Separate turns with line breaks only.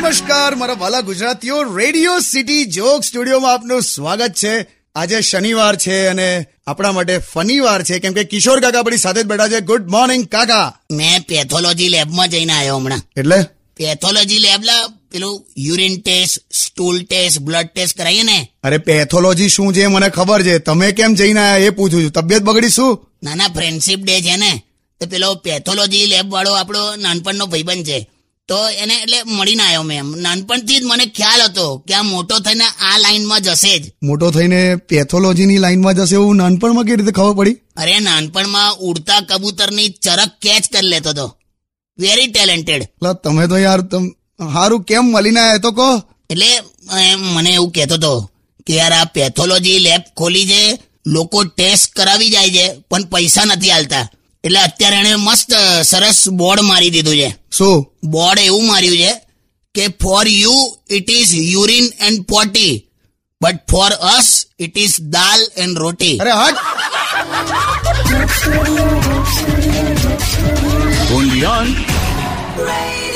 મારા વાલા ગુજરાતીઓ રેડિયો સિટી જોક સ્ટુડિયોમાં આપનું સ્વાગત છે આજે શનિવાર છે અને આપણા માટે ફની વાર છે કેમ કે કિશોર કાકા આપણી સાથે જ બેઠા છે ગુડ મોર્નિંગ કાકા
મેં પેથોલોજી લેબમાં જઈને આવ્યો હમણાં
એટલે
પેથોલોજી લેબ લા પેલું urine test stool test blood test કરાવીએ ને
અરે પેથોલોજી શું છે એ મને ખબર છે તમે કેમ જઈને આયા એ પૂછું છું તબિયત બગડી શું
નાના ફ્રેન્ડશિપ ડે છે ને તો પેલો પેથોલોજી લેબ વાળો આપણો નાનપણનો ભાઈબંધ છે તો એને એટલે મળીને આવ્યો મેં એમ નાનપણથી જ મને ખ્યાલ હતો કે આ મોટો થઈને આ લાઈનમાં જશે જ
મોટો થઈને પેથોલોજીની લાઈનમાં જશે એવું નાનપણમાં કેવી રીતે ખબર પડી
અરે નાનપણમાં ઉડતા કબૂતરની ચરક કેચ કરી લેતો હતો વેરી ટેલેન્ટેડ
એટલે તમે તો યાર તમ હારું કેમ મળીને આયા એ તો કહો
એટલે એ મને એવું કહેતો હતો કે યાર આ પેથોલોજી લેબ ખોલી છે લોકો ટેસ્ટ કરાવી જાય છે પણ પૈસા નથી આલતા એટલે અત્યારે એણે મસ્ત સરસ બોર્ડ મારી દીધું છે
શું
બોર્ડ એવું માર્યું છે કે for you it is urine and potty but for us it is dal and roti
અરે હટ
only on
Radio